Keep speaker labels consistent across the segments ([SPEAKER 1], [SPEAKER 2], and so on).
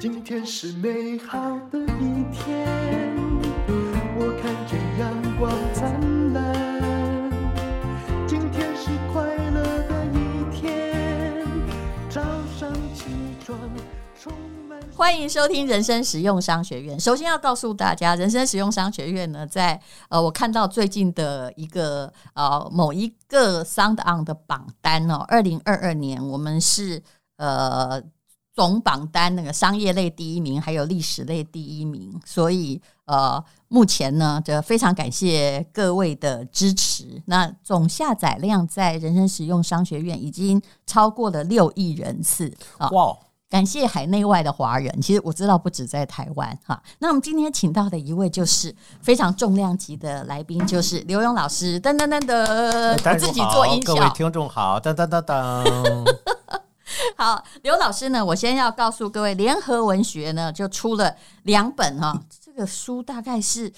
[SPEAKER 1] 今天是美好的一天，我看见阳光灿烂。今天是快乐的一天，早上起床充满。
[SPEAKER 2] 欢迎收听人生实用商学院。首先要告诉大家，人生实用商学院呢，在呃，我看到最近的一个呃某一个 Sound On 的榜单哦，二零二二年我们是呃总榜单那个商业类第一名，还有历史类第一名，所以呃，目前呢，这非常感谢各位的支持。那总下载量在人生实用商学院已经超过了六亿人次啊、
[SPEAKER 3] 哇哦，
[SPEAKER 2] 感谢海内外的华人，其实我知道不止在台湾哈。那我们今天请到的一位就是非常重量级的来宾，就是刘勇老师。噔噔噔噔，呃
[SPEAKER 3] 哎
[SPEAKER 2] 我自己做音
[SPEAKER 3] 各位
[SPEAKER 2] 效。
[SPEAKER 3] 听众好，当当 当当，
[SPEAKER 2] 好，刘老师呢，我先要告诉各位，联合文学呢就出了两本哈、这个书大概是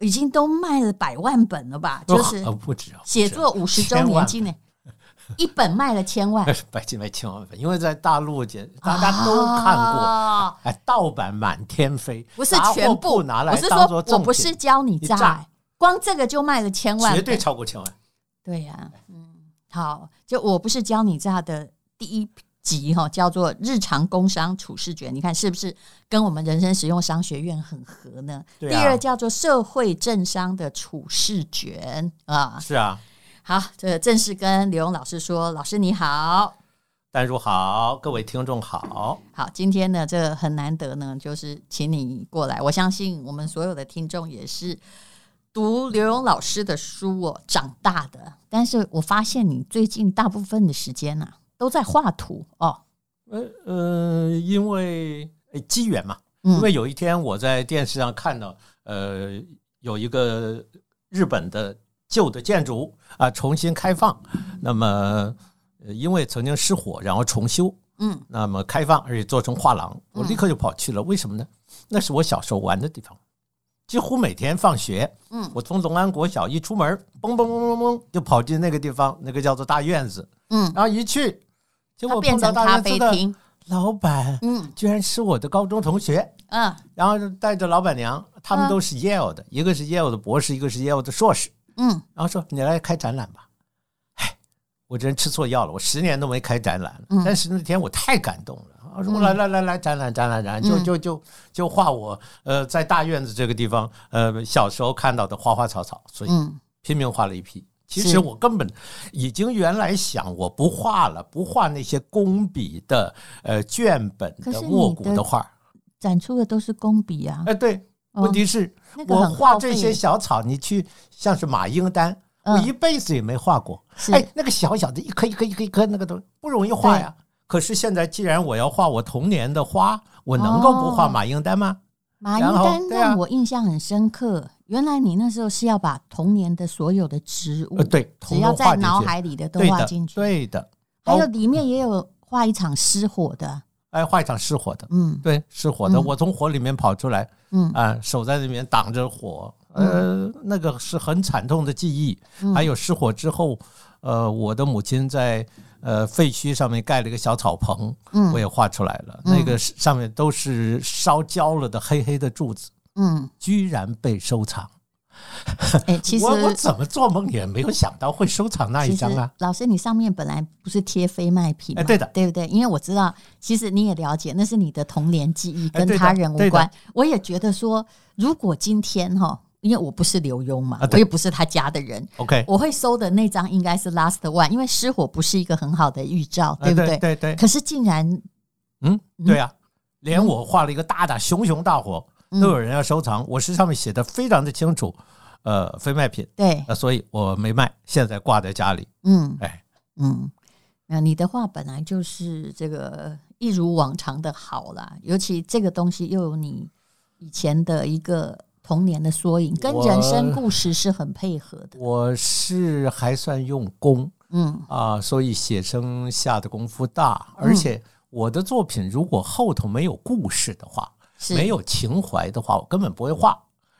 [SPEAKER 2] 已经都卖了百万本了吧，就是
[SPEAKER 3] 哦不止啊，不止
[SPEAKER 2] 写作五十周
[SPEAKER 3] 千
[SPEAKER 2] 年
[SPEAKER 3] 万。
[SPEAKER 2] 纪念，一本卖了千万
[SPEAKER 3] 百千万千万本，因为在大陆简 大家都看过，
[SPEAKER 2] 啊
[SPEAKER 3] 哎，盗版满天飞，
[SPEAKER 2] 不是
[SPEAKER 3] 杂货
[SPEAKER 2] 全部
[SPEAKER 3] 铺拿来
[SPEAKER 2] 我是
[SPEAKER 3] 当做
[SPEAKER 2] 说我
[SPEAKER 3] 正
[SPEAKER 2] 不是
[SPEAKER 3] 品，
[SPEAKER 2] 教你
[SPEAKER 3] 你
[SPEAKER 2] 炸
[SPEAKER 3] 炸，
[SPEAKER 2] 光这个就卖了千万
[SPEAKER 3] 绝
[SPEAKER 2] 本，
[SPEAKER 3] 对超过千万。
[SPEAKER 2] 对呀、嗯，好，就我不是教你炸的第一集哈、叫做《日常工商处事诀》，你看是不是跟我们人生实用商学院很合呢？
[SPEAKER 3] 对啊
[SPEAKER 2] 第二叫做《社会政商的处事诀》啊，
[SPEAKER 3] 是啊，
[SPEAKER 2] 好，这正式跟刘勇老师说，老师你好。
[SPEAKER 3] 丹如好，各位听众好，
[SPEAKER 2] 好，今天呢，这很难得呢，就是请你过来。我相信我们所有的听众也是读刘勇老师的书哦长大的，但是我发现你最近大部分的时间呐、都在画图哦。
[SPEAKER 3] 呃呃，因为哎机缘嘛，
[SPEAKER 2] 嗯
[SPEAKER 3] 因为有一天我在电视上看到，呃，有一个日本的旧的建筑啊、重新开放，那么呃因为曾经失火，然后重修，
[SPEAKER 2] 嗯，
[SPEAKER 3] 那么开放而且做成画廊，我
[SPEAKER 2] 嗯
[SPEAKER 3] 立刻就跑去了。为什么呢？那是我小时候玩的地方，几乎每天放学，
[SPEAKER 2] 嗯
[SPEAKER 3] 我从龙安国小一出门，嘣嘣嘣嘣嘣就跑进那个地方，那个叫做大院子，
[SPEAKER 2] 嗯，
[SPEAKER 3] 然后一去，结
[SPEAKER 2] 它
[SPEAKER 3] 果
[SPEAKER 2] 变
[SPEAKER 3] 碰到
[SPEAKER 2] 成
[SPEAKER 3] 大
[SPEAKER 2] 咖
[SPEAKER 3] 院子
[SPEAKER 2] 啡
[SPEAKER 3] 的
[SPEAKER 2] 厅。
[SPEAKER 3] 老板，
[SPEAKER 2] 嗯
[SPEAKER 3] 居然是我的高中同学。
[SPEAKER 2] 嗯
[SPEAKER 3] 然后就带着老板娘，他
[SPEAKER 2] 啊
[SPEAKER 3] 们都是 Yale 的，一个是 Yale 的博士，一个是 Yale 的硕士。
[SPEAKER 2] 嗯，
[SPEAKER 3] 然后说：“你来开展览吧。”哎，我真吃错药了，我十年都没开展览了。
[SPEAKER 2] 嗯
[SPEAKER 3] 但是那天我太感动了，啊，说
[SPEAKER 2] 嗯
[SPEAKER 3] 来来来来，展览展览展览，就
[SPEAKER 2] 嗯
[SPEAKER 3] 就就就画我呃在大院子这个地方呃小时候看到的花花草草，所以
[SPEAKER 2] 嗯
[SPEAKER 3] 拼命画了一批。其
[SPEAKER 2] 是
[SPEAKER 3] 实我根本已经原来想我不画了，不画那些工笔的呃卷本
[SPEAKER 2] 可是
[SPEAKER 3] 的
[SPEAKER 2] 你
[SPEAKER 3] 墨骨
[SPEAKER 2] 的
[SPEAKER 3] 的画儿。
[SPEAKER 2] 展出的都是工笔啊。
[SPEAKER 3] 哎，对，
[SPEAKER 2] 哦
[SPEAKER 3] 问题是
[SPEAKER 2] 那个
[SPEAKER 3] 我
[SPEAKER 2] 很
[SPEAKER 3] 画
[SPEAKER 2] 耗
[SPEAKER 3] 这
[SPEAKER 2] 费
[SPEAKER 3] 些小草，你去像是马英丹，
[SPEAKER 2] 嗯
[SPEAKER 3] 我一辈子也没画过。
[SPEAKER 2] 是
[SPEAKER 3] 哎，那个小小的一颗一颗一颗一颗那个东西不容易画呀。可是现在既然我要画我童年的花，我能够不画
[SPEAKER 2] 哦
[SPEAKER 3] 马英丹吗？
[SPEAKER 2] 马英
[SPEAKER 3] 然后
[SPEAKER 2] 丹
[SPEAKER 3] 对啊
[SPEAKER 2] 让我印象很深刻，原来你那时候是要把童年的所有的植物
[SPEAKER 3] 呃，，对，
[SPEAKER 2] 只
[SPEAKER 3] 通
[SPEAKER 2] 要
[SPEAKER 3] 通
[SPEAKER 2] 在
[SPEAKER 3] 画进
[SPEAKER 2] 脑
[SPEAKER 3] 去
[SPEAKER 2] 海里的都
[SPEAKER 3] 对
[SPEAKER 2] 画
[SPEAKER 3] 的
[SPEAKER 2] 进去。
[SPEAKER 3] 对的。
[SPEAKER 2] 还有
[SPEAKER 3] 包
[SPEAKER 2] 里面也有画一场失火的，
[SPEAKER 3] 哎，画一场失火的，
[SPEAKER 2] 嗯
[SPEAKER 3] 对，失火的，
[SPEAKER 2] 嗯
[SPEAKER 3] 我从火里面跑出来，
[SPEAKER 2] 嗯
[SPEAKER 3] 啊、手在里面挡着火，呃，那个是很惨痛的记忆。
[SPEAKER 2] 嗯
[SPEAKER 3] 还有失火之后，呃，我的母亲在呃废墟上面盖了一个小草棚，我
[SPEAKER 2] 嗯
[SPEAKER 3] 也画出来了。
[SPEAKER 2] 嗯
[SPEAKER 3] 那个是上面都是烧焦了的黑黑的柱子，
[SPEAKER 2] 嗯，
[SPEAKER 3] 居然被收藏。
[SPEAKER 2] 哎、其实
[SPEAKER 3] 我我怎么做梦也没有想到会收藏那一
[SPEAKER 2] 其
[SPEAKER 3] 张
[SPEAKER 2] 实
[SPEAKER 3] 啊！
[SPEAKER 2] 老师，你上面本来不是贴非卖品吗、
[SPEAKER 3] 哎对的
[SPEAKER 2] 对不对？因为我知道，其实你也了解，那是你的童年记忆，
[SPEAKER 3] 哎
[SPEAKER 2] 跟
[SPEAKER 3] 对的
[SPEAKER 2] 他人无
[SPEAKER 3] 对的
[SPEAKER 2] 关。我也觉得说，如果今天哈，因为我不是刘墉嘛，
[SPEAKER 3] 啊
[SPEAKER 2] 我
[SPEAKER 3] 对
[SPEAKER 2] 也不是他家的 人。
[SPEAKER 3] OK，
[SPEAKER 2] 我会收的那张应该是 last one，因为失火不是一个很好的预兆，
[SPEAKER 3] 哎
[SPEAKER 2] 对不对？
[SPEAKER 3] 对对对，
[SPEAKER 2] 可是竟然，
[SPEAKER 3] 嗯，对啊，连我画了一个大大熊熊大火，
[SPEAKER 2] 嗯
[SPEAKER 3] 都有人要收藏。我是上面写的非常的清楚，呃，非卖品。
[SPEAKER 2] 对，
[SPEAKER 3] 那所以我没卖，现在挂在家里。
[SPEAKER 2] 嗯，
[SPEAKER 3] 哎，
[SPEAKER 2] 嗯，那你的话本来就是这个一如往常的好啦，尤其这个东西又有你以前的一个童年的缩影，跟
[SPEAKER 3] 我
[SPEAKER 2] 人生故事是很配合的。
[SPEAKER 3] 我是还算用功
[SPEAKER 2] 嗯
[SPEAKER 3] 啊、所以写生下的功夫大，而且我的作品如果后头没有故事的话，
[SPEAKER 2] 是
[SPEAKER 3] 没有情怀的话，我根本不会画。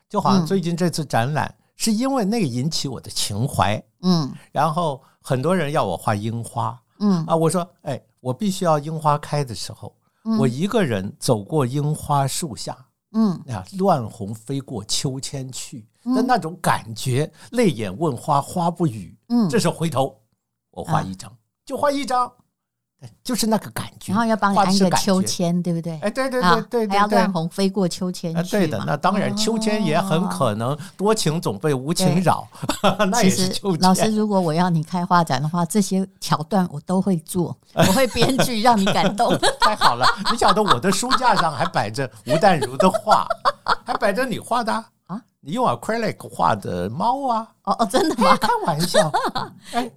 [SPEAKER 3] 就好像
[SPEAKER 2] 嗯
[SPEAKER 3] 最近这次展览，是因为那个引起我的情怀，
[SPEAKER 2] 嗯
[SPEAKER 3] 然后很多人要我画樱花
[SPEAKER 2] 嗯
[SPEAKER 3] 啊，我说，哎，我必须要樱花开的时候，
[SPEAKER 2] 嗯
[SPEAKER 3] 我一个人走过樱花树下，
[SPEAKER 2] 嗯
[SPEAKER 3] 啊，乱红飞过秋千去，但
[SPEAKER 2] 嗯
[SPEAKER 3] 那种感觉，泪眼问花花不语。
[SPEAKER 2] 嗯啊
[SPEAKER 3] 这，时候回头，我画一张，就画一张，哎就是那个感觉。
[SPEAKER 2] 然后要帮你
[SPEAKER 3] 画的
[SPEAKER 2] 安一
[SPEAKER 3] 是
[SPEAKER 2] 个
[SPEAKER 3] 感
[SPEAKER 2] 秋
[SPEAKER 3] 觉，
[SPEAKER 2] 千，对不对？
[SPEAKER 3] 哎，对对
[SPEAKER 2] 啊
[SPEAKER 3] 对
[SPEAKER 2] 还
[SPEAKER 3] 对
[SPEAKER 2] 要
[SPEAKER 3] 对对
[SPEAKER 2] 乱。红飞过秋千
[SPEAKER 3] 啊，对
[SPEAKER 2] 去
[SPEAKER 3] 的
[SPEAKER 2] 嘛，哦
[SPEAKER 3] 那当然，秋千也很可能多情总被无
[SPEAKER 2] 对
[SPEAKER 3] 情扰， 那
[SPEAKER 2] 其
[SPEAKER 3] 也是
[SPEAKER 2] 实
[SPEAKER 3] 秋
[SPEAKER 2] 老师，
[SPEAKER 3] 千。
[SPEAKER 2] 如果我要你开画展的话，这些桥段我都会做，我会编剧让你感动。
[SPEAKER 3] 太好了，你晓得我的书架上还摆着吴淡如的画， 还摆着你画的
[SPEAKER 2] 啊，
[SPEAKER 3] 你用 acrylic 画的 猫啊，
[SPEAKER 2] 哦哦，真的吗？
[SPEAKER 3] 开玩笑，哎，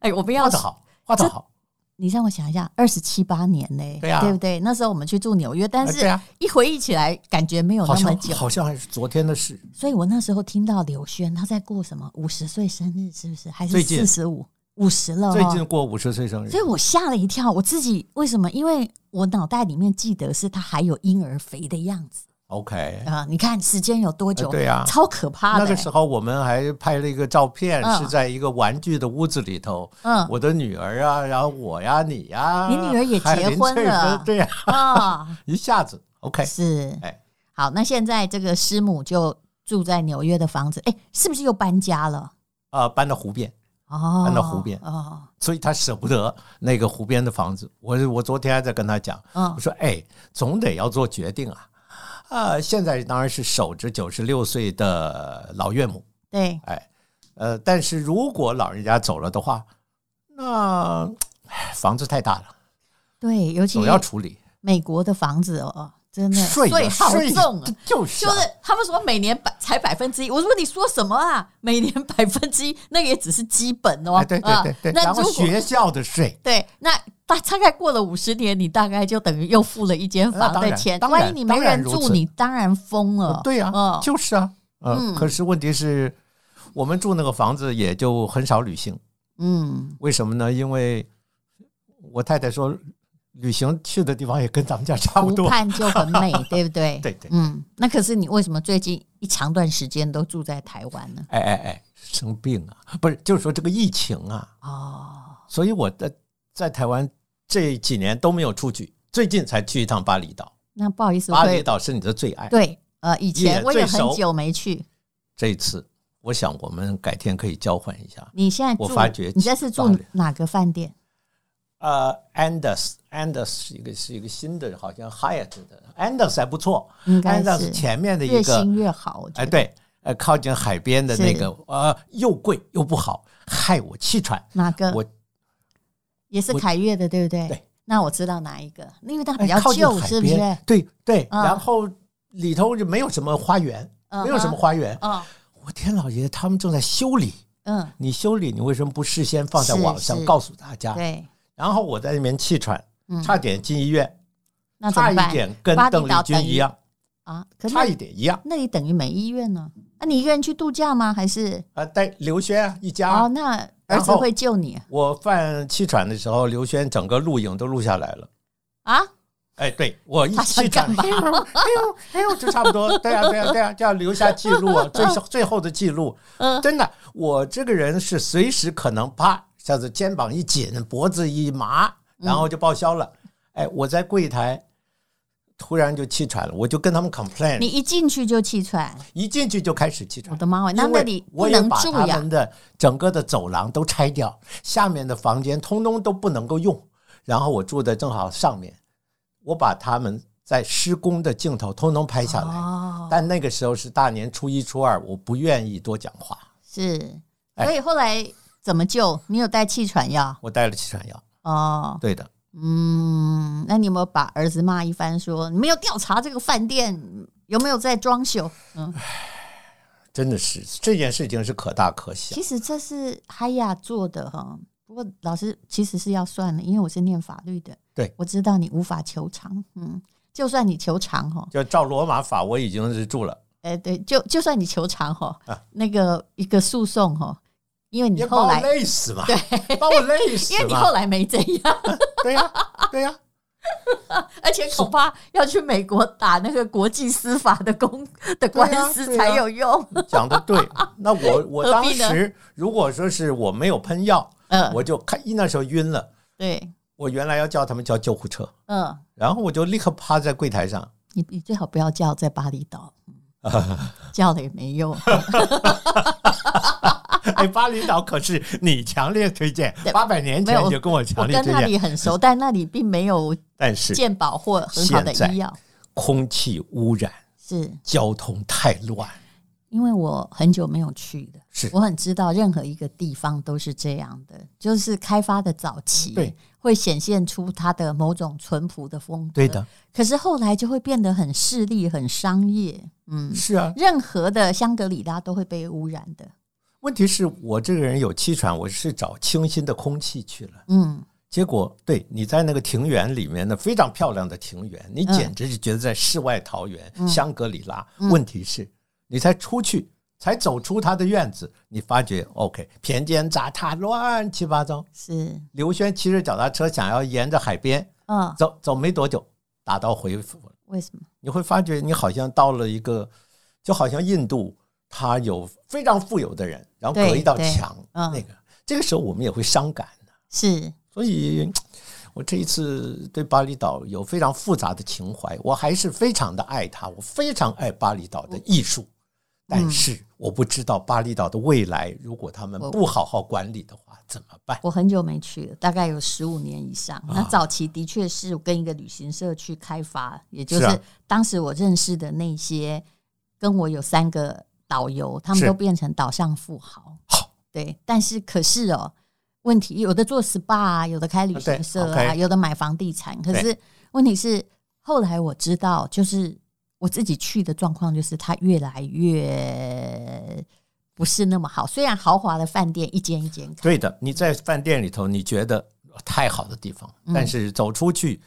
[SPEAKER 2] 哎，我不
[SPEAKER 3] 画
[SPEAKER 2] 要
[SPEAKER 3] 的好，画的好，
[SPEAKER 2] 你让我想一下，二十七八年嘞，
[SPEAKER 3] 对啊
[SPEAKER 2] 不对？那时候我们去住纽约，但
[SPEAKER 3] 哎
[SPEAKER 2] 是
[SPEAKER 3] 对啊
[SPEAKER 2] 一回忆起来，感觉没有
[SPEAKER 3] 好
[SPEAKER 2] 那么
[SPEAKER 3] 像
[SPEAKER 2] 久。嗯
[SPEAKER 3] 好像还是昨天的事，
[SPEAKER 2] 所以我那时候听到刘轩他在过什么五十岁生日，是不是？还是
[SPEAKER 3] 最近
[SPEAKER 2] 四十五？五十了、哦，
[SPEAKER 3] 最近过五十岁生日
[SPEAKER 2] 所以，我吓了一跳。我自己为什么？因为我脑袋里面记得是他还有婴儿肥的样子
[SPEAKER 3] ，OK，
[SPEAKER 2] 啊、你看时间有多久？
[SPEAKER 3] 呃对啊
[SPEAKER 2] 超可怕
[SPEAKER 3] 那
[SPEAKER 2] 的、
[SPEAKER 3] 个时候我们还拍了一个照片，
[SPEAKER 2] 嗯
[SPEAKER 3] 是在一个玩具的屋子里头，
[SPEAKER 2] 嗯
[SPEAKER 3] 我的女儿啊，然后我呀，你呀，
[SPEAKER 2] 你女儿也
[SPEAKER 3] 还有
[SPEAKER 2] 结
[SPEAKER 3] 林
[SPEAKER 2] 婚
[SPEAKER 3] 翠芬
[SPEAKER 2] 了
[SPEAKER 3] 对呀，
[SPEAKER 2] 啊、
[SPEAKER 3] 一下子 OK，
[SPEAKER 2] 是
[SPEAKER 3] 哎，
[SPEAKER 2] 好。那现在这个师母就住在纽约的房子，哎，是不是又搬家了？
[SPEAKER 3] 啊，搬到湖边，
[SPEAKER 2] 哦，
[SPEAKER 3] 搬到湖边
[SPEAKER 2] 哦，
[SPEAKER 3] 所以她舍不得那个湖边的房子。我我昨天还在跟她讲，
[SPEAKER 2] 嗯
[SPEAKER 3] 我说哎，总得要做决定啊。啊，现在当然是守着九十六岁的老岳母，
[SPEAKER 2] 对，
[SPEAKER 3] 哎，呃，但是如果老人家走了的话，那唉房子太大了，
[SPEAKER 2] 对，尤其
[SPEAKER 3] 总要处理。
[SPEAKER 2] 美国的房子哦，真的
[SPEAKER 3] 税啊
[SPEAKER 2] 好
[SPEAKER 3] 税
[SPEAKER 2] 重啊
[SPEAKER 3] 这。就是
[SPEAKER 2] 就
[SPEAKER 3] 啊
[SPEAKER 2] 是他们说每年百才百分之一，我说你说什么啊？ 每年百分之一，那个也只是基本哦。
[SPEAKER 3] 哎，对对对对，
[SPEAKER 2] 啊、那
[SPEAKER 3] 然后
[SPEAKER 2] 如果
[SPEAKER 3] 学校的税，
[SPEAKER 2] 对，那大大概过了五十年，你大概就等于又付了一间房
[SPEAKER 3] 那当
[SPEAKER 2] 的
[SPEAKER 3] 然
[SPEAKER 2] 钱。
[SPEAKER 3] 当然
[SPEAKER 2] 万一你没
[SPEAKER 3] 当然
[SPEAKER 2] 人
[SPEAKER 3] 如
[SPEAKER 2] 住，
[SPEAKER 3] 此哦
[SPEAKER 2] 你当然疯了。
[SPEAKER 3] 对呀、
[SPEAKER 2] 嗯
[SPEAKER 3] 就是啊，呃、
[SPEAKER 2] 嗯
[SPEAKER 3] 可是问题是我们住那个房子也就很少旅行，
[SPEAKER 2] 嗯，
[SPEAKER 3] 为什么呢？因为我太太说，旅行去的地方也跟咱们家差不
[SPEAKER 2] 湖
[SPEAKER 3] 多，
[SPEAKER 2] 畔就很美， 对不对？
[SPEAKER 3] 对对
[SPEAKER 2] 嗯，那可是你为什么最近一长段时间都住在台湾呢？
[SPEAKER 3] 哎哎哎，生病啊，不是，就是说这个疫情啊，
[SPEAKER 2] 哦，
[SPEAKER 3] 所以我的在台湾这几年都没有出去，最近才去一趟巴厘岛。
[SPEAKER 2] 那不好意思，我
[SPEAKER 3] 巴厘
[SPEAKER 2] 对
[SPEAKER 3] 岛是你的最爱。
[SPEAKER 2] 对，呃，以前
[SPEAKER 3] 也
[SPEAKER 2] 我也
[SPEAKER 3] 最
[SPEAKER 2] 很
[SPEAKER 3] 熟
[SPEAKER 2] 久没去。
[SPEAKER 3] 这一次，我想我们改天可以交换一下。
[SPEAKER 2] 你现在
[SPEAKER 3] 我
[SPEAKER 2] 住
[SPEAKER 3] 发觉
[SPEAKER 2] 你这次
[SPEAKER 3] 巴
[SPEAKER 2] 住
[SPEAKER 3] 黎
[SPEAKER 2] 哪个饭店？
[SPEAKER 3] 呃，Anders，Anders 是一个是一个新的，好像 Hyatt 的 Anders 还不错
[SPEAKER 2] 应该
[SPEAKER 3] ，Anders
[SPEAKER 2] 是
[SPEAKER 3] 哎前面的
[SPEAKER 2] 越
[SPEAKER 3] 一个
[SPEAKER 2] 新，越好，我觉
[SPEAKER 3] 哎
[SPEAKER 2] 得。
[SPEAKER 3] 对，呃靠近海边的那
[SPEAKER 2] 是
[SPEAKER 3] 个，呃又贵又不好，害我气喘。
[SPEAKER 2] 哪个？
[SPEAKER 3] 我
[SPEAKER 2] 也是
[SPEAKER 3] 我
[SPEAKER 2] 凯悦的，对不对？
[SPEAKER 3] 对。
[SPEAKER 2] 那我知道哪一个，因为它
[SPEAKER 3] 哎
[SPEAKER 2] 比较
[SPEAKER 3] 靠近
[SPEAKER 2] 旧，
[SPEAKER 3] 海
[SPEAKER 2] 是不是？
[SPEAKER 3] 边，对对，
[SPEAKER 2] 嗯
[SPEAKER 3] 然后里头就没有什么花园，
[SPEAKER 2] 嗯
[SPEAKER 3] 没有什么花园，
[SPEAKER 2] 哦，
[SPEAKER 3] 我天老爷，他们正在修理，
[SPEAKER 2] 嗯，
[SPEAKER 3] 你修理，你为什么不事先放在
[SPEAKER 2] 是
[SPEAKER 3] 网
[SPEAKER 2] 是
[SPEAKER 3] 上告诉大家？
[SPEAKER 2] 对，
[SPEAKER 3] 然后我在那边气喘，
[SPEAKER 2] 嗯，
[SPEAKER 3] 差点进医院，
[SPEAKER 2] 那怎
[SPEAKER 3] 差
[SPEAKER 2] 么
[SPEAKER 3] 一
[SPEAKER 2] 办
[SPEAKER 3] 点跟
[SPEAKER 2] 巴厘
[SPEAKER 3] 邓
[SPEAKER 2] 岛
[SPEAKER 3] 丽君
[SPEAKER 2] 等于
[SPEAKER 3] 一样，
[SPEAKER 2] 啊？可是
[SPEAKER 3] 差
[SPEAKER 2] 那
[SPEAKER 3] 一点一样
[SPEAKER 2] 那里等于没医院呢？那你一个人去度假吗？还是
[SPEAKER 3] 啊。但刘轩啊，一家啊
[SPEAKER 2] 哦，，那儿
[SPEAKER 3] 然
[SPEAKER 2] 子
[SPEAKER 3] 后
[SPEAKER 2] 会救你啊
[SPEAKER 3] 我犯气喘的时候，刘轩整个录影都录下来了。
[SPEAKER 2] 啊？
[SPEAKER 3] 哎，对我一
[SPEAKER 2] 他想
[SPEAKER 3] 气喘，
[SPEAKER 2] 干嘛
[SPEAKER 3] 哎呦哎呦哎呦，就差不多。对啊对啊对啊，这样留下记录啊，最最后的记录。
[SPEAKER 2] 嗯
[SPEAKER 3] 真的，我这个人是随时可能啪，下子肩膀一紧，脖子一麻，
[SPEAKER 2] 嗯
[SPEAKER 3] 然后就报销了。哎，我在柜台突然就气喘了，我就跟他们
[SPEAKER 2] 你
[SPEAKER 3] complain，
[SPEAKER 2] 一进去就气喘，
[SPEAKER 3] 一进去就开始气喘
[SPEAKER 2] 我。的妈哦呀！那
[SPEAKER 3] 因
[SPEAKER 2] 那
[SPEAKER 3] 为
[SPEAKER 2] 里不
[SPEAKER 3] 我也
[SPEAKER 2] 能
[SPEAKER 3] 把
[SPEAKER 2] 住
[SPEAKER 3] 他
[SPEAKER 2] 呀
[SPEAKER 3] 们？的整个的走廊都拆掉，下面的房间通通都不能够用，然后我住的正好上面，我把他们在施工的镜头通通拍下来。
[SPEAKER 2] 哦，
[SPEAKER 3] 但那个时候是大年初一、初二，我不愿意多讲话，
[SPEAKER 2] 是，
[SPEAKER 3] 哎
[SPEAKER 2] 所以后来怎么救？你有带气喘药
[SPEAKER 3] 我带了气喘药。
[SPEAKER 2] 哦？
[SPEAKER 3] 对的，
[SPEAKER 2] 嗯，那你有没有把儿子骂一番说你没有调查这个饭店有没有在装修？嗯，
[SPEAKER 3] 真的是这件事情是可大可小
[SPEAKER 2] 其。实这是海雅做的哈。不过老师其实是要算的，因为我是念法律的，
[SPEAKER 3] 对
[SPEAKER 2] 我知道你无法求偿。嗯，就算你求偿哈，
[SPEAKER 3] 就照罗马法，我已经是住了，
[SPEAKER 2] 呃，对，就就算你求偿哈，
[SPEAKER 3] 啊
[SPEAKER 2] 那个一个诉讼哈，因为你
[SPEAKER 3] 也把
[SPEAKER 2] 后
[SPEAKER 3] 我
[SPEAKER 2] 来，
[SPEAKER 3] 累死嘛，把我累死
[SPEAKER 2] 因为你后
[SPEAKER 3] 嘛，
[SPEAKER 2] 来没这样，
[SPEAKER 3] 对呀、对呀、
[SPEAKER 2] 而且恐怕要去美国打那个国际司法的公 的官
[SPEAKER 3] 对啊
[SPEAKER 2] 司
[SPEAKER 3] 对啊
[SPEAKER 2] 才有用。
[SPEAKER 3] 讲的对。那我我
[SPEAKER 2] 何
[SPEAKER 3] 当
[SPEAKER 2] 必呢
[SPEAKER 3] 时如果说是我没有喷药，
[SPEAKER 2] 嗯，
[SPEAKER 3] 我就看一那时候晕了，
[SPEAKER 2] 对，
[SPEAKER 3] 我原来要叫他们叫救护车，
[SPEAKER 2] 嗯，
[SPEAKER 3] 然后我就立刻趴在柜台上，
[SPEAKER 2] 你你最好不要叫在巴厘 岛，叫了也没用。
[SPEAKER 3] 哎，巴厘岛可是你强烈推荐，八百年
[SPEAKER 2] 没
[SPEAKER 3] 前
[SPEAKER 2] 有
[SPEAKER 3] 你就跟我
[SPEAKER 2] 我
[SPEAKER 3] 强烈
[SPEAKER 2] 跟
[SPEAKER 3] 推
[SPEAKER 2] 那
[SPEAKER 3] 荐，
[SPEAKER 2] 里很熟，但那里并没有
[SPEAKER 3] 但是
[SPEAKER 2] 健保或很好的
[SPEAKER 3] 现在
[SPEAKER 2] 医药，
[SPEAKER 3] 空气污染、
[SPEAKER 2] 是
[SPEAKER 3] 交通太乱，
[SPEAKER 2] 因为我很久没有去了，
[SPEAKER 3] 是
[SPEAKER 2] 我很知道任何一个地方都是这样的，就是开发的早期，
[SPEAKER 3] 对，
[SPEAKER 2] 会显现出它的某种淳朴的风格，
[SPEAKER 3] 对的。
[SPEAKER 2] 可是后来就会变得很势利、很商业，嗯，
[SPEAKER 3] 是啊，
[SPEAKER 2] 任何的香格里拉都会被污染的，
[SPEAKER 3] 问题是我这个人有气喘，我是找清新的空气去了。
[SPEAKER 2] 嗯，
[SPEAKER 3] 结果，对你在那个庭园里面的非常漂亮的庭园，你
[SPEAKER 2] 嗯
[SPEAKER 3] 简直是觉得在世外桃源，
[SPEAKER 2] 嗯
[SPEAKER 3] 香格里拉。
[SPEAKER 2] 嗯
[SPEAKER 3] 问题是，你才出去，才走出他的院子，你发觉 OK，田间杂踏，乱七八糟。
[SPEAKER 2] 是，
[SPEAKER 3] 刘轩骑着脚踏车想要沿着海边
[SPEAKER 2] 嗯，
[SPEAKER 3] 走，走没多久，打道回府了。
[SPEAKER 2] 为什么？
[SPEAKER 3] 你会发觉你好像到了一个，就好像印度，它有非常富有的人，然后隔
[SPEAKER 2] 对
[SPEAKER 3] 一道
[SPEAKER 2] 对
[SPEAKER 3] 墙，
[SPEAKER 2] 嗯
[SPEAKER 3] 那个这个时候我们也会伤感的。
[SPEAKER 2] 是，
[SPEAKER 3] 所以，我这一次对巴厘岛有非常复杂的情怀，我还是非常的爱它，我非常爱巴厘岛的艺术，但是我不知道巴厘岛的未来，如果他们
[SPEAKER 2] 我
[SPEAKER 3] 不好好管理的话怎么办？
[SPEAKER 2] 我很久没去了，大概有十五年以上。
[SPEAKER 3] 啊
[SPEAKER 2] 那早期的确是跟一个旅行社去开发，也就是
[SPEAKER 3] 啊
[SPEAKER 2] 是当时我认识的那些跟我有三个导游，他们
[SPEAKER 3] 是
[SPEAKER 2] 都变成岛上富豪
[SPEAKER 3] 好。
[SPEAKER 2] 对，但是可是哦，问题有的做 SPA 啊，有的开旅行社
[SPEAKER 3] 对
[SPEAKER 2] 啊，
[SPEAKER 3] ，OK
[SPEAKER 2] 有的买房地产。可
[SPEAKER 3] 对
[SPEAKER 2] 是问题是，后来我知道，就是我自己去的状况，就是它越来越不是那么好。虽然豪华的饭店一间一间开。
[SPEAKER 3] 对的，你在饭店里头，你觉得太好的地方，
[SPEAKER 2] 嗯
[SPEAKER 3] 但是走出去，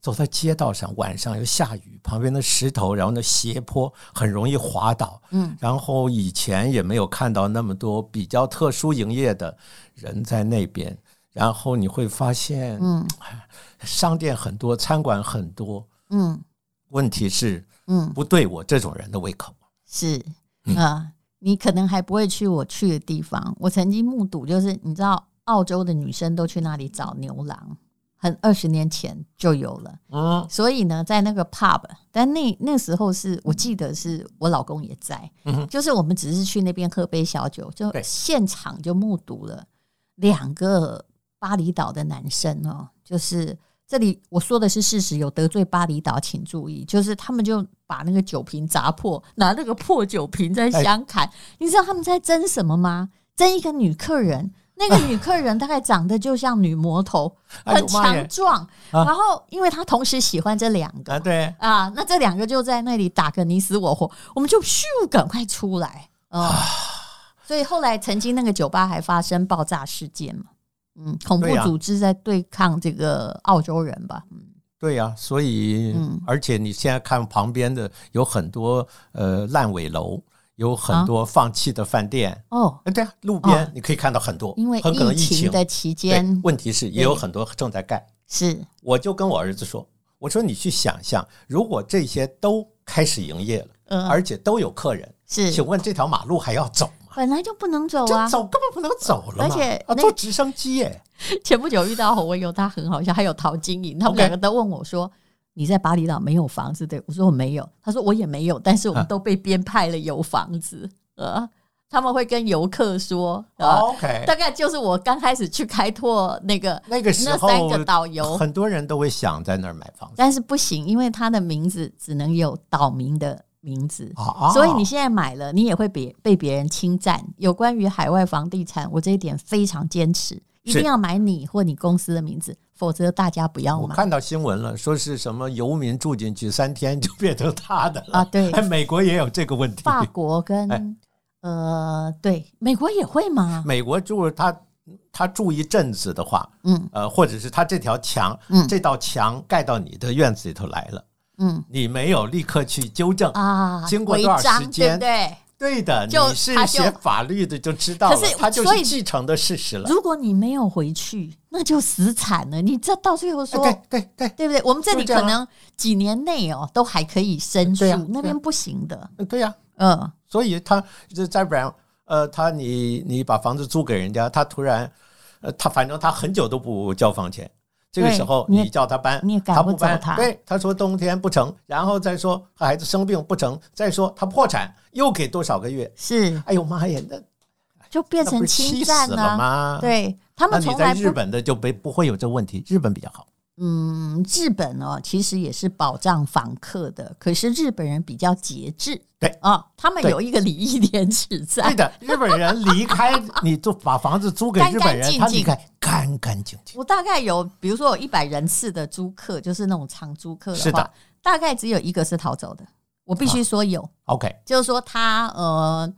[SPEAKER 3] 走到街道上，晚上又下雨，旁边的石头，然后那斜坡很容易滑倒。
[SPEAKER 2] 嗯，
[SPEAKER 3] 然后以前也没有看到那么多比较特殊营业的人在那边，然后你会发现，
[SPEAKER 2] 嗯
[SPEAKER 3] 商店很多，餐馆很多。
[SPEAKER 2] 嗯
[SPEAKER 3] 问题是
[SPEAKER 2] 嗯，
[SPEAKER 3] 不对我这种人的胃口。
[SPEAKER 2] 是啊、呃你可能还不会去我去的地方。我曾经目睹，就是你知道，澳洲的女生都去那里找牛郎，很二十年前就有了。
[SPEAKER 3] 嗯
[SPEAKER 2] 所以呢，在那个 pub，但那那时候是我记得是我老公也在，
[SPEAKER 3] 嗯哼
[SPEAKER 2] 就是我们只是去那边喝杯小酒，就
[SPEAKER 3] 对
[SPEAKER 2] 现场就目睹了两个巴厘岛的男生哦，就是这里我说的是事实，有得罪巴厘岛请注意，就是他们就把那个酒瓶砸破，拿那个破酒瓶在相砍，
[SPEAKER 3] 哎
[SPEAKER 2] 你知道他们在争什么吗？争一个女客人。那个女客人大概长得就像女魔头，
[SPEAKER 3] 啊哎呦
[SPEAKER 2] 很
[SPEAKER 3] 妈
[SPEAKER 2] 强
[SPEAKER 3] 耶
[SPEAKER 2] 壮，
[SPEAKER 3] 啊
[SPEAKER 2] 然后因为他同时喜欢这两个
[SPEAKER 3] 啊，对，
[SPEAKER 2] 啊，那这两个就在那里打个你死我活，我们就咻赶快出来啊！所以后来曾经那个酒吧还发生爆炸事件嘛，嗯，恐怖
[SPEAKER 3] 对啊
[SPEAKER 2] 组织在对抗这个澳洲人吧，
[SPEAKER 3] 对呀、所以，
[SPEAKER 2] 嗯
[SPEAKER 3] 而且你现在看旁边的有很多呃烂尾楼，有
[SPEAKER 2] 啊
[SPEAKER 3] 很多放弃的饭店。
[SPEAKER 2] 哦，
[SPEAKER 3] 哎，对啊，路边
[SPEAKER 2] 哦
[SPEAKER 3] 你可以看到很多，
[SPEAKER 2] 因为
[SPEAKER 3] 很可能
[SPEAKER 2] 疫
[SPEAKER 3] 疫情
[SPEAKER 2] 的期
[SPEAKER 3] 对
[SPEAKER 2] 间，
[SPEAKER 3] 问题是也有很多正在盖。
[SPEAKER 2] 是
[SPEAKER 3] 我就跟我儿子说，我说你去想象，如果这些都开始营业了，
[SPEAKER 2] 嗯
[SPEAKER 3] 而且都有客人，
[SPEAKER 2] 是
[SPEAKER 3] 请问这条马路还要走吗？
[SPEAKER 2] 本来就不能走
[SPEAKER 3] 这
[SPEAKER 2] 啊，
[SPEAKER 3] 走根本不能走了嘛，
[SPEAKER 2] 而且
[SPEAKER 3] 啊，
[SPEAKER 2] 那
[SPEAKER 3] 坐直升机耶，
[SPEAKER 2] 前不久遇到侯文友，他很好笑，还有陶晶莹，他们
[SPEAKER 3] OK
[SPEAKER 2] 两个都问我说。你在巴厘岛没有房子对？我说我没有，他说我也没有，但是我们
[SPEAKER 3] 啊
[SPEAKER 2] 都被编派了有房子。呃，他们会跟游客说，呃，
[SPEAKER 3] OK，
[SPEAKER 2] 大概就是我刚开始去开拓那个
[SPEAKER 3] 那个时
[SPEAKER 2] 那
[SPEAKER 3] 候
[SPEAKER 2] 三个导游，
[SPEAKER 3] 很多人都会想在那儿买房子
[SPEAKER 2] 但是不行，因为他的名字只能有岛民的名字，
[SPEAKER 3] 啊，啊
[SPEAKER 2] 所以你现在买了，你也会别被别人侵占。有关于海外房地产，我这一点非常坚持，一
[SPEAKER 3] 是
[SPEAKER 2] 定要买你或你公司的名字，否则大家不要
[SPEAKER 3] 我
[SPEAKER 2] 买。
[SPEAKER 3] 看到新闻了，说是什么游民住进去三天就变成他的了
[SPEAKER 2] 啊对
[SPEAKER 3] 哎美国也有这个问题。
[SPEAKER 2] 法国跟、
[SPEAKER 3] 哎
[SPEAKER 2] 呃，对，美国也会吗？
[SPEAKER 3] 美国住他他住一阵子的话，
[SPEAKER 2] 嗯
[SPEAKER 3] 呃，或者是他这条墙，
[SPEAKER 2] 嗯
[SPEAKER 3] 这道墙盖到你的院子里头来了，
[SPEAKER 2] 嗯
[SPEAKER 3] 你没有立刻去纠正，
[SPEAKER 2] 啊，
[SPEAKER 3] 经过多少
[SPEAKER 2] 违章
[SPEAKER 3] 时
[SPEAKER 2] 对不
[SPEAKER 3] 间
[SPEAKER 2] 对？
[SPEAKER 3] 对的，
[SPEAKER 2] 就
[SPEAKER 3] 你是
[SPEAKER 2] 他就
[SPEAKER 3] 学法律的就知道了
[SPEAKER 2] 可是，
[SPEAKER 3] 他就
[SPEAKER 2] 所以
[SPEAKER 3] 是继承的事实了。
[SPEAKER 2] 如果你没有回去，那就死惨了。你这到最后
[SPEAKER 3] 哎
[SPEAKER 2] 说，
[SPEAKER 3] 对对对
[SPEAKER 2] 对不对？我们这里
[SPEAKER 3] 就这样
[SPEAKER 2] 可
[SPEAKER 3] 啊
[SPEAKER 2] 能几年内哦，都还可以申诉，
[SPEAKER 3] 对啊对啊
[SPEAKER 2] 那边不行的。
[SPEAKER 3] 嗯对呀、
[SPEAKER 2] 嗯，
[SPEAKER 3] 所以他这再不然，呃，他你你把房子租给人家，他突然，呃，他反正他很久都不交房钱，这个时候
[SPEAKER 2] 对你也
[SPEAKER 3] 你叫他搬，
[SPEAKER 2] 你也赶
[SPEAKER 3] 他
[SPEAKER 2] 不
[SPEAKER 3] 不搬
[SPEAKER 2] 走他
[SPEAKER 3] 对，他说冬天不成，然后再说孩子生病不成，再说他破产又给多少个月？
[SPEAKER 2] 是
[SPEAKER 3] 哎呦妈呀，那
[SPEAKER 2] 就变
[SPEAKER 3] 那
[SPEAKER 2] 成
[SPEAKER 3] 不是
[SPEAKER 2] 侵
[SPEAKER 3] 气
[SPEAKER 2] 占
[SPEAKER 3] 死了
[SPEAKER 2] 啊。
[SPEAKER 3] 吗？，
[SPEAKER 2] 对他
[SPEAKER 3] 那
[SPEAKER 2] 们
[SPEAKER 3] 你
[SPEAKER 2] 从
[SPEAKER 3] 在
[SPEAKER 2] 来
[SPEAKER 3] 日
[SPEAKER 2] 不，
[SPEAKER 3] 本的就没不会有这问题，日本比较好。
[SPEAKER 2] 嗯，日本哦，其实也是保障访客的，可是日本人比较节制，
[SPEAKER 3] 对
[SPEAKER 2] 啊，他们
[SPEAKER 3] 对
[SPEAKER 2] 有一个礼义廉耻
[SPEAKER 3] 对
[SPEAKER 2] 在，
[SPEAKER 3] 的，日本人离开你就把房子租给日本
[SPEAKER 2] 干
[SPEAKER 3] 人，
[SPEAKER 2] 干净净
[SPEAKER 3] 他离开干干净净。
[SPEAKER 2] 我大概有，比如说有一百人次的租客，就是那种长租客
[SPEAKER 3] 是
[SPEAKER 2] 的话，
[SPEAKER 3] 的啊
[SPEAKER 2] 大概只有一个是逃走的。我必须说有，
[SPEAKER 3] OK，
[SPEAKER 2] 就是说他呃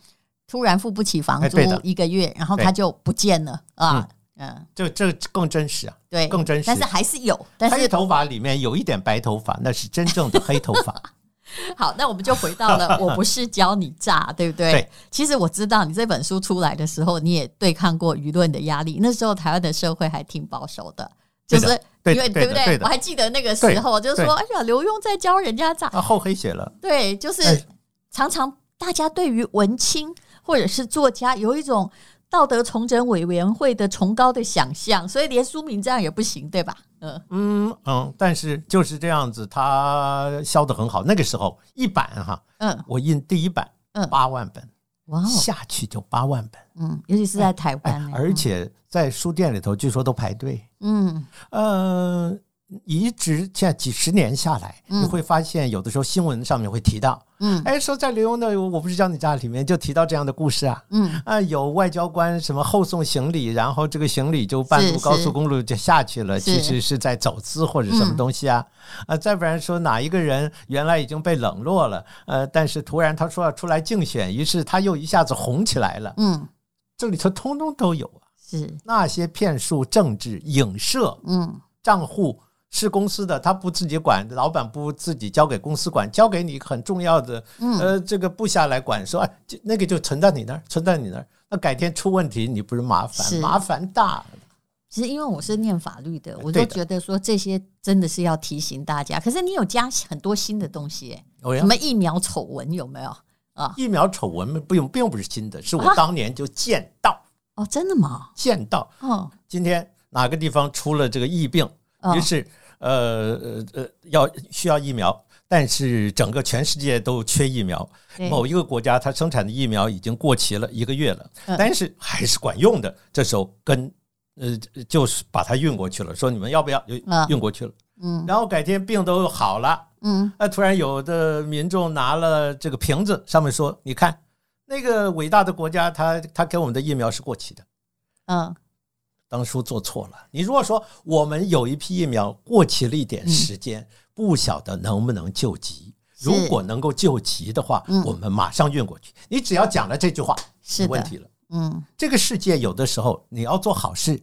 [SPEAKER 2] 突然付不起房
[SPEAKER 3] 哎
[SPEAKER 2] 租
[SPEAKER 3] 对的
[SPEAKER 2] 一个月，然后
[SPEAKER 3] 对
[SPEAKER 2] 他就不见了啊，嗯，
[SPEAKER 3] 这这这更真实啊，
[SPEAKER 2] 对，
[SPEAKER 3] 更真实
[SPEAKER 2] 但是还是有，但
[SPEAKER 3] 黑
[SPEAKER 2] 是
[SPEAKER 3] 头发里面有一点白头发，那是真正的黑头发。
[SPEAKER 2] 好，那我们就回到了我不是教你诈，对不对？
[SPEAKER 3] 对
[SPEAKER 2] 其实我知道你这本书出来的时候，你也对抗过舆论的压力，那时候台湾的社会还挺保守的，就
[SPEAKER 3] 对
[SPEAKER 2] 是
[SPEAKER 3] 的
[SPEAKER 2] 因
[SPEAKER 3] 对的
[SPEAKER 2] 为
[SPEAKER 3] 对的
[SPEAKER 2] 不
[SPEAKER 3] 对
[SPEAKER 2] 对？
[SPEAKER 3] 的
[SPEAKER 2] 我还记得那个时候，
[SPEAKER 3] 对
[SPEAKER 2] 就是说，哎呀，刘墉在教人家诈，
[SPEAKER 3] 啊，厚黑学了，
[SPEAKER 2] 对，就是
[SPEAKER 3] 哎
[SPEAKER 2] 常常大家对于文青或者是作家有一种道德重整委员会的崇高的想象，所以连书名这样也不行，对吧？嗯、
[SPEAKER 3] 嗯嗯，但是就是这样子，他销的很好。那个时候一版哈，
[SPEAKER 2] 嗯，
[SPEAKER 3] 我印第一版
[SPEAKER 2] 嗯
[SPEAKER 3] 八万本，
[SPEAKER 2] 哇哦，
[SPEAKER 3] 下去就八万本，
[SPEAKER 2] 嗯，尤其是在台湾、
[SPEAKER 3] 哎，而且在书店里头据说都排队。
[SPEAKER 2] 嗯，
[SPEAKER 3] 呃，你一直现在几十年下来，
[SPEAKER 2] 嗯
[SPEAKER 3] 你会发现有的时候新闻上面会提到，
[SPEAKER 2] 嗯
[SPEAKER 3] 哎，说在刘墉的《我不是教你家》里面就提到这样的故事啊。
[SPEAKER 2] 嗯嗯，
[SPEAKER 3] 啊，有外交官什么后送行李，然后这个行李就半
[SPEAKER 2] 是
[SPEAKER 3] 路高
[SPEAKER 2] 是
[SPEAKER 3] 速公路就下去了，其
[SPEAKER 2] 是
[SPEAKER 3] 实是在走私或者什么
[SPEAKER 2] 嗯
[SPEAKER 3] 东西啊。啊，再不然说哪一个人原来已经被冷落了，呃，但是突然他说要出来竞选，于是他又一下子红起来了。
[SPEAKER 2] 嗯
[SPEAKER 3] 这里头通通都有啊，
[SPEAKER 2] 是，
[SPEAKER 3] 那些骗术、政治、影射、
[SPEAKER 2] 嗯
[SPEAKER 3] 账户是公司的，他不自己管，老板不自己交给公司管，交给你很重要的，
[SPEAKER 2] 嗯
[SPEAKER 3] 呃，这个部下来管，说哎，这那个就存到你那儿，存到你那儿，那改天出问题，你不是麻
[SPEAKER 2] 是
[SPEAKER 3] 烦，麻烦大了。
[SPEAKER 2] 其实因为我是念法律的，我
[SPEAKER 3] 哎对
[SPEAKER 2] 都
[SPEAKER 3] 的
[SPEAKER 2] 觉得说这些真的是要提醒大家。可是你有加很多新的东西、哎
[SPEAKER 3] 我
[SPEAKER 2] 什么疫苗丑闻有没有？
[SPEAKER 3] 疫苗丑闻不用，并不是新的，是
[SPEAKER 2] 啊
[SPEAKER 3] 我当年就见到、
[SPEAKER 2] 哦，真的吗？
[SPEAKER 3] 见到，
[SPEAKER 2] 哦，
[SPEAKER 3] 今天哪个地方出了这个疫病，
[SPEAKER 2] 哦
[SPEAKER 3] 于是呃呃呃要需要疫苗，但是整个全世界都缺疫苗，
[SPEAKER 2] 对
[SPEAKER 3] 某一个国家它生产的疫苗已经过期了一个月了
[SPEAKER 2] 嗯，
[SPEAKER 3] 但是还是管用的。这时候跟呃就是把它运过去了，说你们要不要
[SPEAKER 2] 嗯
[SPEAKER 3] 运过去了？
[SPEAKER 2] 嗯
[SPEAKER 3] 然后改天病都好了，
[SPEAKER 2] 嗯，
[SPEAKER 3] 啊，突然有的民众拿了这个瓶子，上面说你看那个伟大的国家，它它给我们的疫苗是过期的。
[SPEAKER 2] 嗯，
[SPEAKER 3] 当初做错了。你如果说我们有一批疫苗过期了一点时间，不晓得能不能救
[SPEAKER 2] 嗯
[SPEAKER 3] 急。
[SPEAKER 2] 是
[SPEAKER 3] 如果能够救急的话，
[SPEAKER 2] 嗯
[SPEAKER 3] 我们马上运过去。你只要讲了这句话，
[SPEAKER 2] 是
[SPEAKER 3] 没问
[SPEAKER 2] 的，
[SPEAKER 3] 题了。
[SPEAKER 2] 嗯。
[SPEAKER 3] 这个世界有的时候你要做好事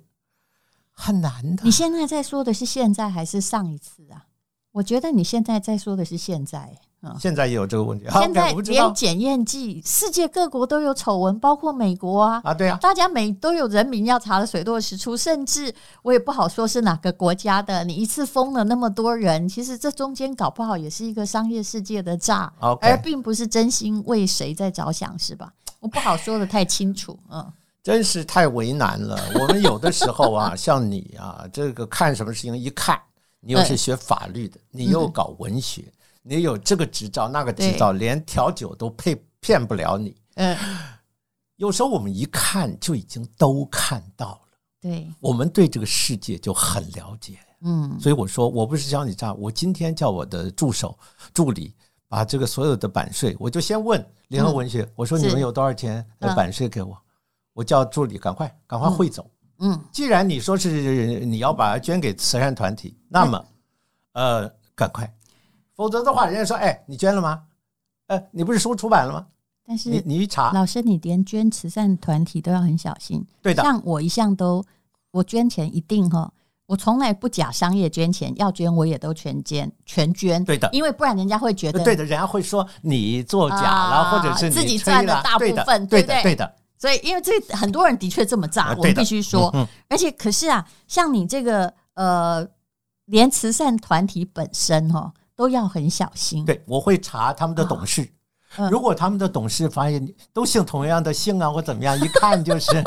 [SPEAKER 3] 很难的
[SPEAKER 2] 你。现在在说的是现在还是上一次啊？我觉得你现在在说的是现在、哎嗯。
[SPEAKER 3] 现在也有这个问题，
[SPEAKER 2] 现在
[SPEAKER 3] 我不知
[SPEAKER 2] 连
[SPEAKER 3] 道
[SPEAKER 2] 检验剂，世界各国都有丑闻，包括美国啊，
[SPEAKER 3] 啊，对啊，
[SPEAKER 2] 大家每都有人民要查的水落石出，甚至我也不好说是哪个国家的。你一次封了那么多人，其实这中间搞不好也是一个商业世界的诈
[SPEAKER 3] OK
[SPEAKER 2] 而并不是真心为谁在着想，是吧？我不好说的太清楚， 嗯，
[SPEAKER 3] 真是太为难了。我们有的时候啊，像你啊，这个看什么事情一看，你又
[SPEAKER 2] 对
[SPEAKER 3] 是学法律的，你又搞文学，你有这个执照那个执
[SPEAKER 2] 对
[SPEAKER 3] 照，连调酒都配骗不了你。
[SPEAKER 2] 呃，
[SPEAKER 3] 有时候我们一看就已经都看到了，
[SPEAKER 2] 对，
[SPEAKER 3] 我们对这个世界就很了解。
[SPEAKER 2] 嗯，
[SPEAKER 3] 所以我说，我不是教你诈，我今天叫我的助手、助理把这个所有的版税，我就先问联合文学，我说
[SPEAKER 2] 是
[SPEAKER 3] 你们有多少钱的版税给我？我叫助理赶快赶快汇总。
[SPEAKER 2] 嗯，
[SPEAKER 3] 既然你说是你要把它捐给慈善团体，那么，
[SPEAKER 2] 嗯
[SPEAKER 3] 呃，赶快，否则的话，人家说，哎，你捐了吗？呃，你不是书出版了吗？
[SPEAKER 2] 但
[SPEAKER 3] 你啊
[SPEAKER 2] 是
[SPEAKER 3] 你一查，
[SPEAKER 2] 老师，你连捐慈善团体都要很小心。
[SPEAKER 3] 对的，
[SPEAKER 2] 像我一向都，我捐钱一定哈，我从来不假商业捐钱，要捐我也都全捐，全捐，
[SPEAKER 3] 对的
[SPEAKER 2] 因为不然人家会觉得
[SPEAKER 3] 对的，人家会说你作假
[SPEAKER 2] 啊
[SPEAKER 3] 了，或者是你
[SPEAKER 2] 自己
[SPEAKER 3] 吹
[SPEAKER 2] 占了
[SPEAKER 3] 了
[SPEAKER 2] 大部
[SPEAKER 3] 对的
[SPEAKER 2] 分
[SPEAKER 3] 对
[SPEAKER 2] 对不对
[SPEAKER 3] 的，对的，
[SPEAKER 2] 所以，因为这很多人的确这么炸，
[SPEAKER 3] 啊
[SPEAKER 2] 我
[SPEAKER 3] 对
[SPEAKER 2] 们
[SPEAKER 3] 的
[SPEAKER 2] 必须说。
[SPEAKER 3] 嗯
[SPEAKER 2] 而且，可是啊，像你这个呃，连慈善团体本身哦，都要很小心。，
[SPEAKER 3] 对，我会查他们的董事。
[SPEAKER 2] 嗯
[SPEAKER 3] 如果他们的董事发现你都姓同样的姓啊，或怎么样，一看就是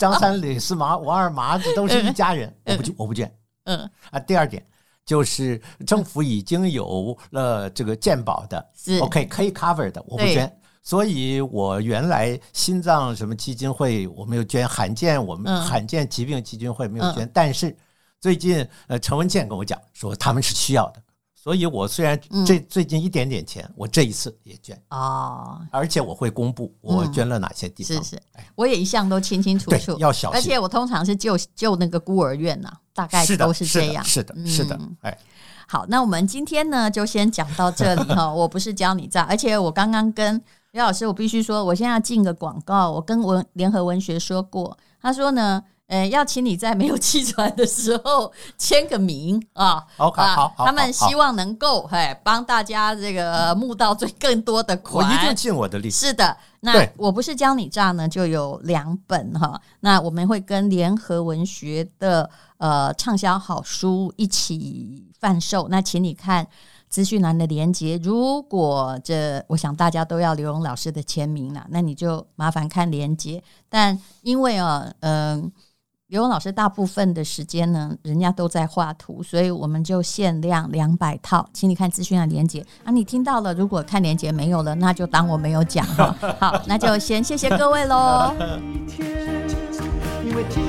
[SPEAKER 3] 张三李四麻王二麻子都是一家人，我不捐，我不捐，
[SPEAKER 2] 嗯，
[SPEAKER 3] 啊。第二点就是政府已经有了这个健保的
[SPEAKER 2] 是
[SPEAKER 3] ，OK 可以 cover 的，我
[SPEAKER 2] 嗯
[SPEAKER 3] 不
[SPEAKER 2] 对
[SPEAKER 3] 捐。所以，我原来心脏什么基金会我没有捐，罕见我们
[SPEAKER 2] 嗯
[SPEAKER 3] 罕见疾病基金会没有捐，但是最近呃陈文健跟我讲说他们是需要的，所以我虽然
[SPEAKER 2] 嗯
[SPEAKER 3] 这最近一点点钱，我这一次也捐，
[SPEAKER 2] 哦，
[SPEAKER 3] 而且我会公布我捐了哪些地方。
[SPEAKER 2] 是是，我也一向都清清楚
[SPEAKER 3] 对
[SPEAKER 2] 楚，
[SPEAKER 3] 要小心
[SPEAKER 2] 而且我通常是救救那个孤儿院呐、大概
[SPEAKER 3] 是的，
[SPEAKER 2] 都是这样。
[SPEAKER 3] 是的，是的，是的
[SPEAKER 2] 嗯
[SPEAKER 3] 哎，
[SPEAKER 2] 好，那我们今天呢就先讲到这里 哈、我不是教你诈，而且我刚刚跟刘老师，我必须说，我现在要进个广告。我跟文联合文学说过，他说呢，呃，要请你在没有气喘的时候签个名啊。
[SPEAKER 3] OK，
[SPEAKER 2] 啊
[SPEAKER 3] 好好
[SPEAKER 2] 他们
[SPEAKER 3] 好好
[SPEAKER 2] 希望能够哎帮大家这个募到最更多的
[SPEAKER 3] 我
[SPEAKER 2] 款。
[SPEAKER 3] 一定尽我的力。
[SPEAKER 2] 是的，那
[SPEAKER 3] 对
[SPEAKER 2] 我不是教你诈呢，就有两本哈。那我们会跟联合文学的呃畅销好书一起贩售，那请你看。资讯栏的连接，如果这我想大家都要刘荣老师的签名啦，那你就麻烦看连接。但因为啊，嗯、刘勇老师大部分的时间呢，人家都在画图，所以我们就限量两百套，请你看资讯的连接啊。你听到了，如果看连接没有了，那就当我没有讲哈。好，那就先谢谢各位喽。
[SPEAKER 1] 一天，因为记